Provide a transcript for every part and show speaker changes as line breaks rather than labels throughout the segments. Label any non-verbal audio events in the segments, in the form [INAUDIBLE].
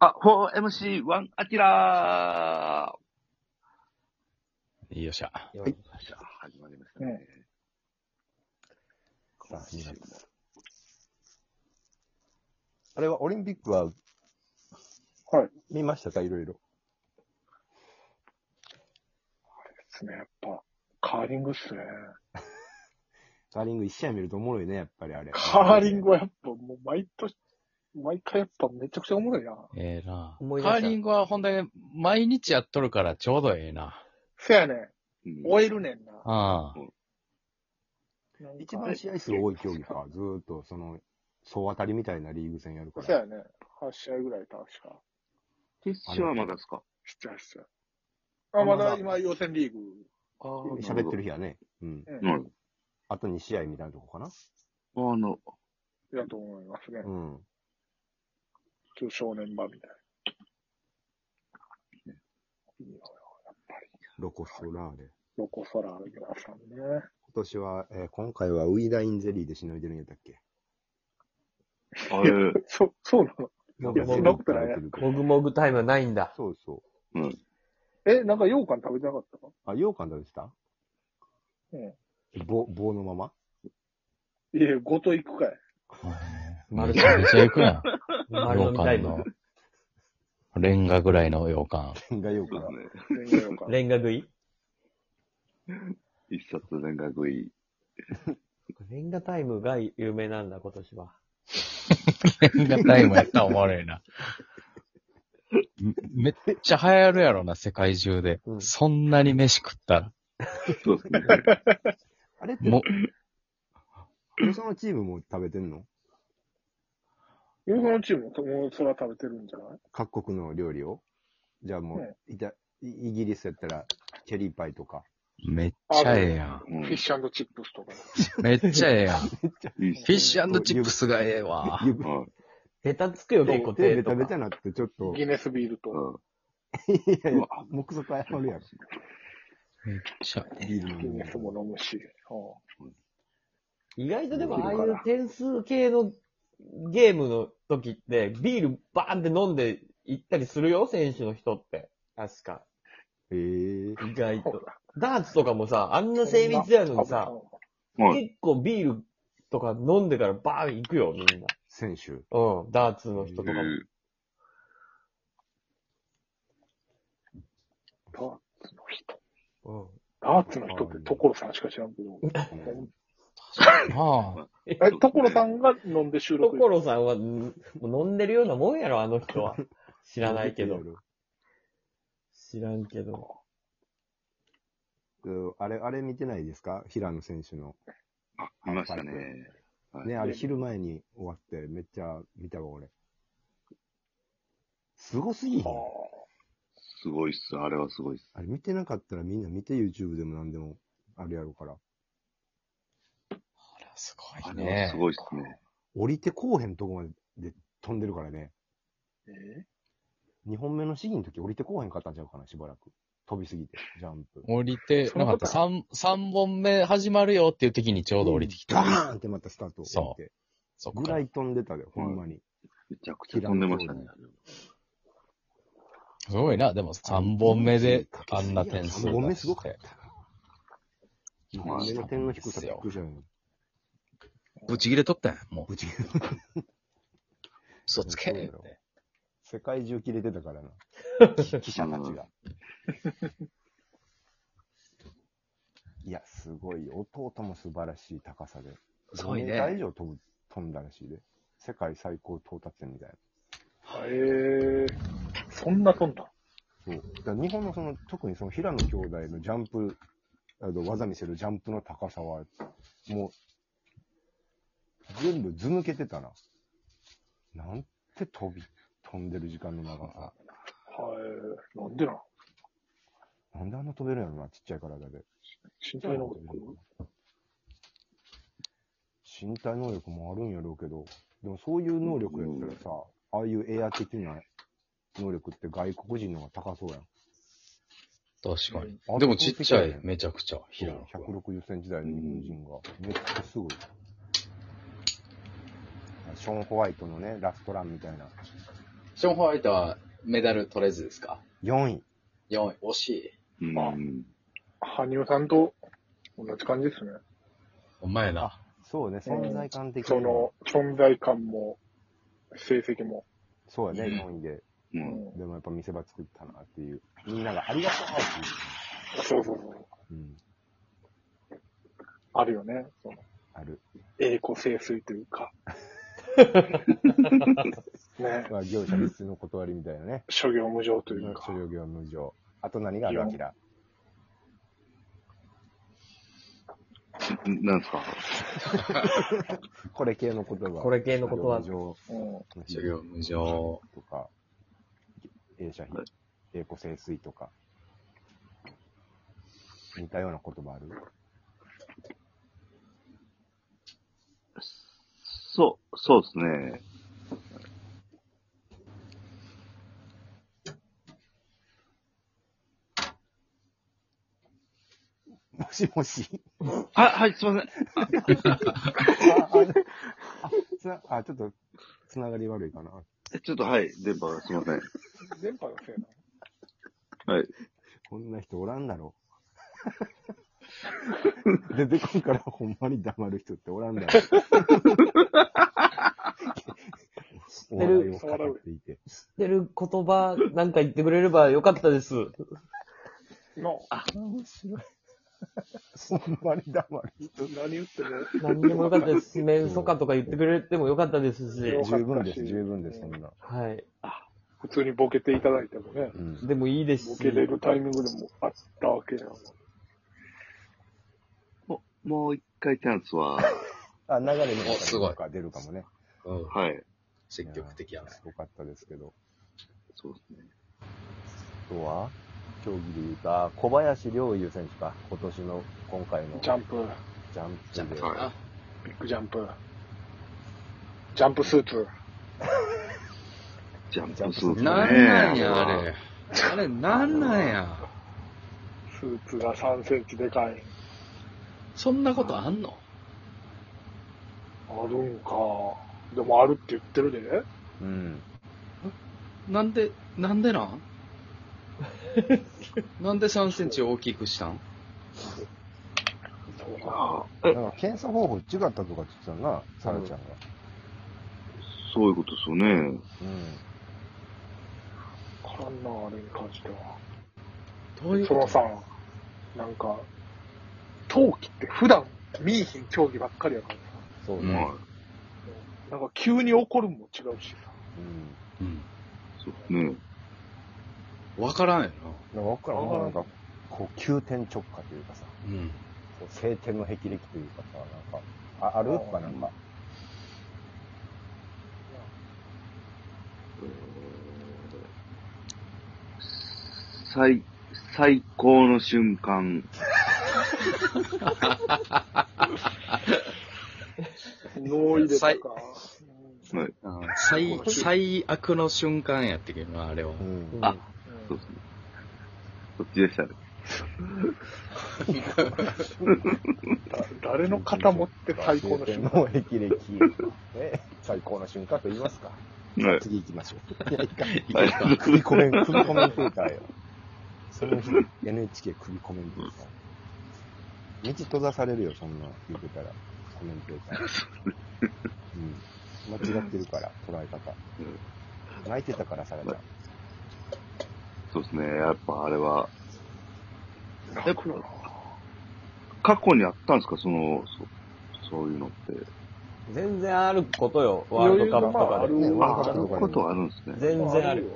あ、4MC1 アキラ
よっしゃ。
ー
はい。
じゃあ、始まりましたね。
さあ、2月。
あれはオリンピックは
はい。
見ましたかいろいろ。
ですね。やっぱ、カーリングっすね。
カーリング1試合見るとおもろいね、やっぱりあれ。
カーリングはやっぱもう毎年、毎回やっぱめちゃくちゃおもろいな。
ええな。カ
思い出した
ーリングはほんで、毎日やっとるからちょうどええな。
せやねん。
うん
終えるねんな。
あ
なんか
一番試合数多い競技か。ずーっと、その、総当たりみたいなリーグ戦やるか
せ
ら。
やねん。8試合ぐらい確か。
決勝はまだですか
7、8試合。あ、まだ今予選リーグ。
ああ
喋ってる日やね。うん。
う。
うんん。
あと2試合みたいなとこかな。
あの、
やと思いますね
う。ん。
ちょっと少年版みたいな。いいよ
ロコ・ソラーレ。
ロコ・ソラーレラさんね。
今年は、えー今回はウィダインゼリーでしのいでるんやったっけ
あれ、
そ、 [LAUGHS] そうなの
も
い
ぐ
や
も
そん
ぐ
なことない
もぐもぐタイムはないんだ。
そうそう。
え、なんか羊羹食べてなかったか
あ、羊羹食べてた
うん。
棒、棒のまま
いや、ごと行くかい。
あ。
マ
め
ル
ちゃめちゃ行くやん。
丸飲みタイム。
の。レンガぐらいの羊羹。
天が羊
そう
羹。
ですね。
全然羊羹
[LAUGHS] レンガ食い
一冊全額食い。
レンガタイムが有名なんだ、今年は。
レンガタイムやったらおもろいな。 [LAUGHS] めっちゃ流行るやろな、世界中で。
うん
そんなに飯食ったら。
そうですね。
あれって、
も、
よそのチームも食べてんの
羊羹のチームも、もうそれは食べてるんじゃない
各国の料理をじゃあもう、
ね
いたイイギリスやったら、チェリーパイとか。
めっちゃええやん。
うん
フィッシュチップスとか。
めっちゃええやん。フ
いいっす
ィッシュチップスがええわ。
指
はい
ベタつくよ、結構
手
手
ベ
と
タベ
か
タ。なってちょっと、い
ギネスビールと。
やいうや
わ、
目測謝るやろ。
めっちゃええ
ビール
ギ
飲んで
ネスも飲むし。う
意外とでも、ああいう点数系のゲームの時って、ビールバーンって飲んで行ったりするよ、選手の人って。確か。
えー、
意外
んほ
と。
ら
ダーツとかもさ、あんな精密やのにさ、
はい。
結構ビールとか飲んでからバーン行くよ、みんな。
選手。
うん、ダーツの人とかも。
ダーツの人。
うん。
ダーツの人って所さんしか知らんけど。
うん
なあ。
え、所さんが飲んで収録。
所さんは、んもう飲んでるようなもんやろ、あの人は。知らないけど。知らんけど。
うんあれ、あれ見てないですか平野選手の。
あ、見ましたね。
ね、あれ昼前に終わって、めっちゃ見たわ、俺。すごすぎひん
すごいっす。あれはすごいっす。
あれ見てなかったらみんな見て YouTube でも何でもあるやろから。
すご
あ
い
れは
ね
す。ごいっすね。
降りてこうへんとこまで飛んでるからね。
え
2本目の試技の時降りてこうへんかったんちゃうかな、しばらく。飛びすぎて、ジャンプ。
降りて、なかった。三、三本目始まるよっていう時にちょうど降りてきた。
ガーンってまたスタート
そう
降りて。
そっ
ぐ
から
い飛んでたで、ほんまに。
めちゃくちゃ飛んでましたね。
すごいな。でも三本目であんな点数
3本目
出
すご
し。
かってたな。
い
2本目の点の低さびっくりしたよ。
ぶち切れとったやん。もう、
ぶち
嘘つけ
そうや
っ
ろ
て。
世界中切れてたからな。 [LAUGHS] 記者たちが。いや、すごい。弟も素晴らしい高さで。
すごい
5メーター以
ね。
上飛ぶ、飛んだらしいで。世界最高到達点みたいな。
えー。そんな飛んだ。
そう。だから日本のその、特にその平野兄弟のジャンプ、あの技見せるジャンプの高さは、もう、全部図抜けてたな。なんて飛び、飛んでる時間の長さ。
はい。なんでなん
なんであんな飛べるんやろな、ちっちゃい体で。
身体能力。
身体能力もあるんやろうけど、でもそういう能力やったらさ、ああいうエア的な能力って外国人の方が高そうやん。
確かに。
あの
でもちっちゃ
そ
い、
の時はね
めちゃくちゃ。平野君
160センチ台の日本人が、めっちゃすごい。ショーン・ホワイトのね、ラストランみたいな、
ショーン・ホワイトはメダル取れずですか
4位。
?4 位、惜しい。
うん。
羽生さんと同じ感じですね。
お前な。
そうね、存在感的
そ
に。
の、存在感も、成績も。
そうやね、
うん
4位で。
う。
うん
でもやっぱ見せ場作ったなっていう。みんながありがとうって
そうそうそう。
言う。うん。
あるよね。その
ある。
栄枯盛衰という
[LAUGHS]
か。ね、
まあ、業者必須の断りみたいなね。
諸行無常とい
所
うか。
領業務上。あと何がある
いや
アキラ。
んなんですか
これ系の言葉。
これ系の言葉
上
うん。
諸行無常。
とか、映写費
はい、
栄枯盛衰とか。似たような言葉ある [LAUGHS]
そう、そうですね。
もしもし。
は、はい、すいません。
あ、ああつなあ、ちょっと、つながり悪いかな。
えちょっと、はい、電波がすいません。
電波のせいなの
はい。
こんな人おらんだろ。 [LAUGHS] 出てこんからほんまに黙る人っておらんだ [LAUGHS] ろ。お笑いを語っていて。
知ってる言葉なんか言ってくれればよかったです。
の、
面白い。ほんまに黙る人。
何言っても、
何でもよかったです。メンソカとか言ってくれてもよかったですし。
よ
十分です、十分です、そんな。
はい。
普通にボケていただいてもね、
うん。
でもいいです
ボ
し。
ケれるタイミングでもあったわけや
もう、もう一回チャンス
[LAUGHS]
は、
あ、流れに
おすごい
出るかもね。
うん。
はい。
積極的や
い
な
や。すごかったですけど。
そうですね。
あとは、競技で言うと、あ小林陵侑選手か。今年の、今回の
ジャンプ、
ジャン
じゃ
プで。
はい
あ、
ビッグジャンプ、ジャンプスーツ、
ジャンプスーツね。
なんなんや、あれ。あれ、なんなんや。
スーツが3センチでかい。
そんなことあんの
あるんか。でもあるって言ってるで。
うん。
なんで、なんでなん [LAUGHS] なんで3センチ大きくしたん
そうか。
あえ、
なんか検査方法違ったとかって言ってたな、サラちゃんが。
そういうことですよね。
うん。
わからんな、あれに関しては。
どういう
そ
こ
の
と
さ、なんか、冬季って普段見いひん競技ばっかりやからさ。
そう
うん
ね。
はい。
なんか急に怒るんも違うしさ。
うん。
うん。
そうですね。
わからんよな。
なんかわから
あー
んほんまなんか、こう、急転直下というかさ、
うん。
こう晴天の霹靂というかさ、なんか、あある
あー
とかなんか、
最、最高の瞬間。
脳入れとか
最。
うん
はい。
あ最、最悪の瞬間やってけどな、あれは。
うん。
[LAUGHS]
あ
う
そうんですね。そっちでしたね。
だ誰の肩持って最高の瞬間。
晴天の霹靂。ね、最高の瞬間と言いますか。
はい。
次行きましょう。いや、いかん
はいい。
首コメン、首コメンテーターよ。その日、NHK 首コメンテーター。道閉ざされるよ、そんな言ってたら、コメンテーター。うん。間違ってるから、捉え方。泣いてたから、さらちゃん。
そうですね。やっぱあれは、
泣くよな
過去にあったんですかその、そそういうのって。
全然あることよ。ワールドカップとか
余裕
で。
がま
あ
あ
あ
あ
る
る
ことはあるんですね。
全然ある。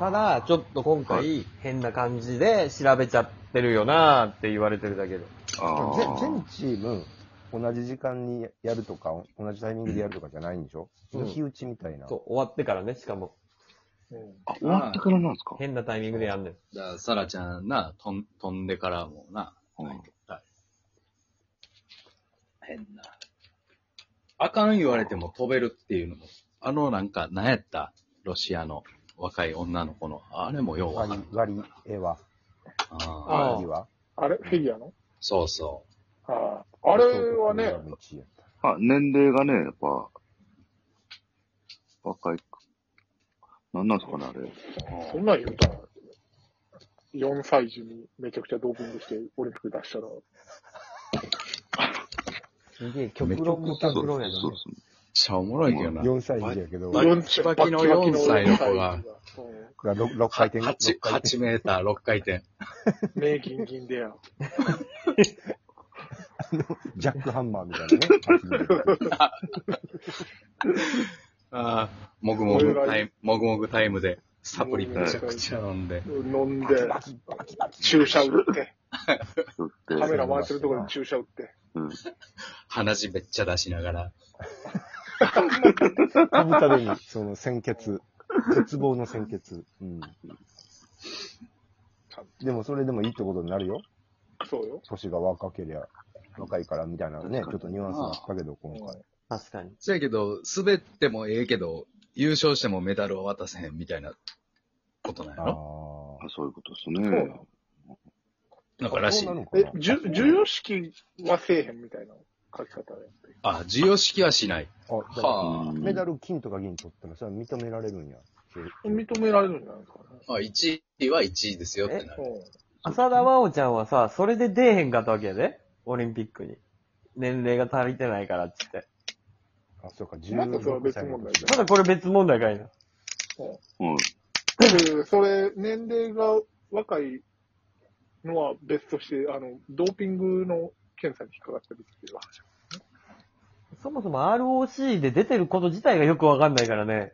ただ、ちょっと今回、変な感じで調べちゃってるよなーって言われてるだけで。
あ
全全
あ。
チーム、同じ時間にやるとか、同じタイミングでやるとかじゃないんでしょ
うん
抜き打ちみたいな。
そう、終わってからね、しかも。
うん
あ、終わってからなんですか
変なタイミングでやんねん。
だから、サラちゃんな、とん飛んでからもな、
うん
なんか変な。あかん言われても飛べるっていうのも、あのなんか、なんやったロシアの若い女の子の、あれもようわ
割
か
り
る、。
割り絵は、
ああ
あ
割りは。
あれフィギュアの
そうそ
あああれはね、
道やった
あ、年齢がね、やっぱ、若い。なんなんすかね、あれ。
そんなん言うたら、4歳児にめちゃくちゃドーピングしてオリンピック出したら、
すげえ、極論も
そ
極
う
論やな。
そうそう。
めっちゃおもろいけどな。
4歳児やけど、
バ
だか
ッキバキの4歳の子が、
ら 6, 6回転、
8、8メーター、6回転。
うん目ギンギンでや。
ジャックハンマーみたいなね。
ああ、もぐもぐタイム、もぐもぐタイムで、サプリ
も
ぐも
め
ぐ
ちゃくちゃ飲んで。
飲んで、注射打って、
そう
カ
やって
メラ回ってるところに注射打って、
うん。
鼻血めっちゃ出しながら。
飛ぶたびに、その鮮血、絶望の鮮血。うん。でもそれでもいいってことになるよ。
そうよ。
年が若けりゃ、若いからみたいなね、ちょっとニュアンスがあったけど、今回。
確かに。
そやけど、滑ってもええけど、優勝してもメダルは渡せへんみたいなことなんや
あ
ろ
あそういうことですね。
うなの
なん
あ。
からしい
そう。なのか
え
な、
じゅ授与式はせえへんみたいな書き方やって。
あ、授与式はしない。
あだか
は
う
ら
ん
メダル金とか銀取ったら、それは認められるんや。
認められるんじゃないですかね。
あ。あ、1位は1位ですよってなる。
うん
浅田真央ちゃんはさ、それで出えへんかったわけやで。オリンピックに。年齢が足りてないからっつって。
あ、そうか、
またそれは
16
別
歳の
問題
時
じ
まだこれ別問題かいな。
うん。
でそれ、年齢が若いのは別として、あの、ドーピングの検査に引っかかってるっていう話。
そもそも ROC で出てること自体がよくわかんないからね。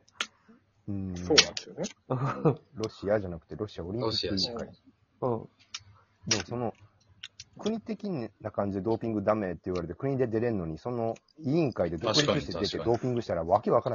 うん。
そうなんですよね。
ロシアじゃなくて、ロシアオリンピ
ロ
ッ
シ
ク
ア
委
し
員
か
会
り。
うん。
でもその、国的な感じでドーピングダメって言われて、国で出れんのに、その委員会で独立して出
確
て
かに
ドーピングしたらわけわからん